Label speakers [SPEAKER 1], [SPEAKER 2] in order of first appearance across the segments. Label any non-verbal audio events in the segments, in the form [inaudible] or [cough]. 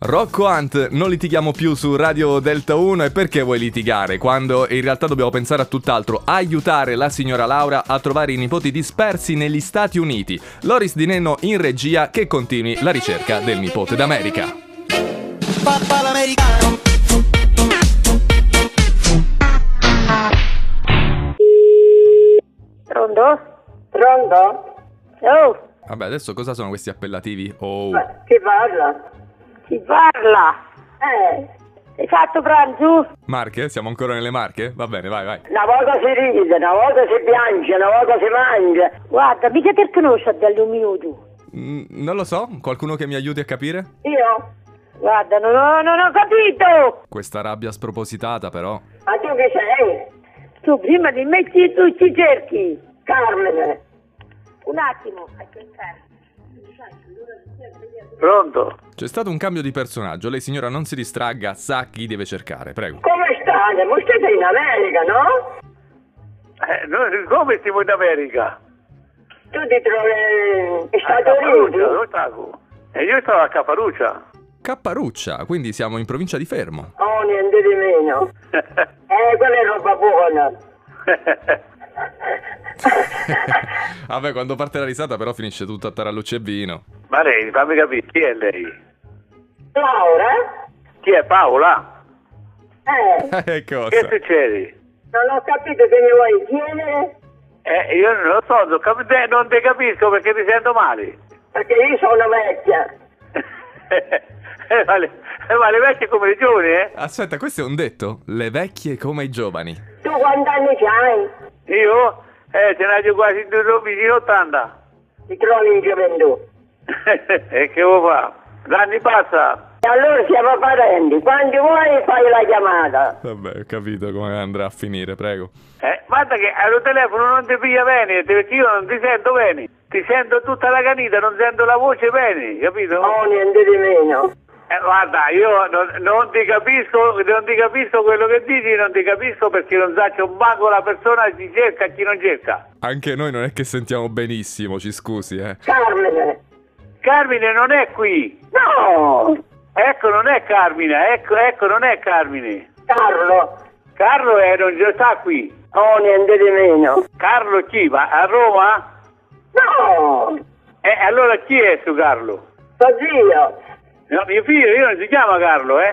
[SPEAKER 1] Rocco Hunt, non litighiamo più su Radio Delta 1 e perché vuoi litigare quando in realtà dobbiamo pensare a tutt'altro, aiutare la signora Laura a trovare i nipoti dispersi negli Stati Uniti. Loris Di Nenno in regia che continui la ricerca del nipote d'America.
[SPEAKER 2] Papà l'americano.
[SPEAKER 3] Pronto?
[SPEAKER 4] Pronto?
[SPEAKER 3] Oh,
[SPEAKER 1] Vabbè, adesso cosa sono questi appellativi? Oh,
[SPEAKER 4] Chi parla?
[SPEAKER 3] chi parla?
[SPEAKER 4] Eh,
[SPEAKER 3] Hai fatto pranzo?
[SPEAKER 1] Marche? Siamo ancora nelle marche? Va bene, vai, vai.
[SPEAKER 4] una volta si ride, una volta si piange, una volta si mangia.
[SPEAKER 3] Guarda, mica te conosci a Dello mio tu.
[SPEAKER 1] Mm, non lo so, qualcuno che mi aiuti a capire?
[SPEAKER 4] Io?
[SPEAKER 3] Guarda, non ho, non ho capito!
[SPEAKER 1] Questa rabbia spropositata, però.
[SPEAKER 4] Ma tu chi sei?
[SPEAKER 3] Tu prima di me chi tu ci cerchi?
[SPEAKER 4] Carmine.
[SPEAKER 3] Un attimo.
[SPEAKER 5] Pronto?
[SPEAKER 1] C'è stato un cambio di personaggio, lei signora non si distragga, sa chi deve cercare, prego.
[SPEAKER 4] Come state? Ma siete in America, no?
[SPEAKER 5] Eh, noi come stiamo in America?
[SPEAKER 4] Tu ti trovi in
[SPEAKER 5] A
[SPEAKER 4] Stati
[SPEAKER 5] Caparuccia,
[SPEAKER 4] Uniti?
[SPEAKER 5] dove stavo? E io stavo a Caparuccia.
[SPEAKER 1] Capparuccia, quindi siamo in provincia di Fermo. [laughs]
[SPEAKER 4] Oh, niente di meno. Eh, quella è roba buona.
[SPEAKER 1] Vabbè, quando parte la risata però finisce tutto a tarallucce e vino. [laughs]
[SPEAKER 5] Ma lei, fammi capire, chi è lei?
[SPEAKER 4] Laura?
[SPEAKER 5] Chi è Paola?
[SPEAKER 4] Eh,
[SPEAKER 1] Eh,
[SPEAKER 5] Che
[SPEAKER 1] cosa?
[SPEAKER 5] succede?
[SPEAKER 4] non ho capito se mi vuoi chiedere,
[SPEAKER 5] Eh, io non lo so, non, cap- eh, non ti capisco perché mi sento male. [laughs]
[SPEAKER 4] perché io sono vecchia.
[SPEAKER 5] eh, ma, le, eh, ma le vecchie come le giovani, eh?
[SPEAKER 1] Aspetta, questo è un detto? Le vecchie come i giovani.
[SPEAKER 4] Tu quanti anni hai?
[SPEAKER 5] Io? Eh, ce n'ho quasi due- vicino [laughs] 80.
[SPEAKER 4] Ti trovi in gioventù.
[SPEAKER 5] e Eh, che vuoi fare? L'anni passa.
[SPEAKER 4] E allora siamo parenti, quando vuoi fai la chiamata.
[SPEAKER 1] Vabbè, ho capito come andrà a finire, prego.
[SPEAKER 5] Eh, guarda che al telefono non ti piglia bene, perché io non ti sento bene. Ti sento tutta la canita, non sento la voce bene, capito?
[SPEAKER 4] Oh, niente di meno.
[SPEAKER 5] Eh, guarda, io non, non ti capisco, non ti capisco quello che dici, non ti capisco perché non saccio un banco la persona chi cerca e chi non cerca.
[SPEAKER 1] Anche noi non è che sentiamo benissimo, ci scusi, eh.
[SPEAKER 4] Carmine.
[SPEAKER 5] Carmine non è qui.
[SPEAKER 4] No,
[SPEAKER 5] Ecco, non è Carmine, ecco, ecco, non è Carmine.
[SPEAKER 4] Carlo.
[SPEAKER 5] Carlo è, non già sta qui.
[SPEAKER 4] Oh, niente di meno.
[SPEAKER 5] Carlo chi? Va a Roma?
[SPEAKER 4] No,
[SPEAKER 5] E allora chi è su Carlo?
[SPEAKER 4] tuo zio.
[SPEAKER 5] No, mio figlio, io non si chiama Carlo, eh?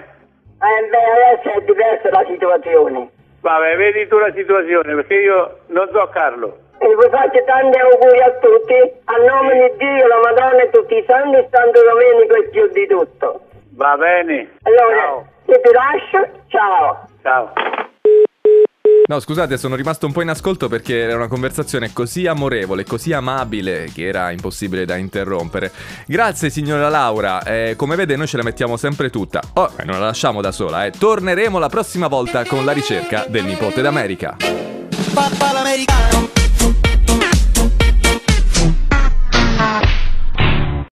[SPEAKER 4] Eh, beh, adesso è diversa la situazione.
[SPEAKER 5] Vabbè, vedi tu la situazione, perché io non so Carlo.
[SPEAKER 4] E vi faccio tanti auguri a tutti, a nome di Dio, la Madonna e tutti i santi, e Santo Domenico e più di tutto.
[SPEAKER 5] Va bene.
[SPEAKER 4] Allora,
[SPEAKER 5] Ciao.
[SPEAKER 4] io ti lascio, ciao.
[SPEAKER 5] Ciao.
[SPEAKER 1] No, scusate, sono rimasto un po' in ascolto perché era una conversazione così amorevole, così amabile, che era impossibile da interrompere. Grazie signora Laura, eh, come vede noi ce la mettiamo sempre tutta. Oh, e non la lasciamo da sola, eh. Torneremo la prossima volta con la ricerca del nipote d'America.
[SPEAKER 2] Papà l'americano.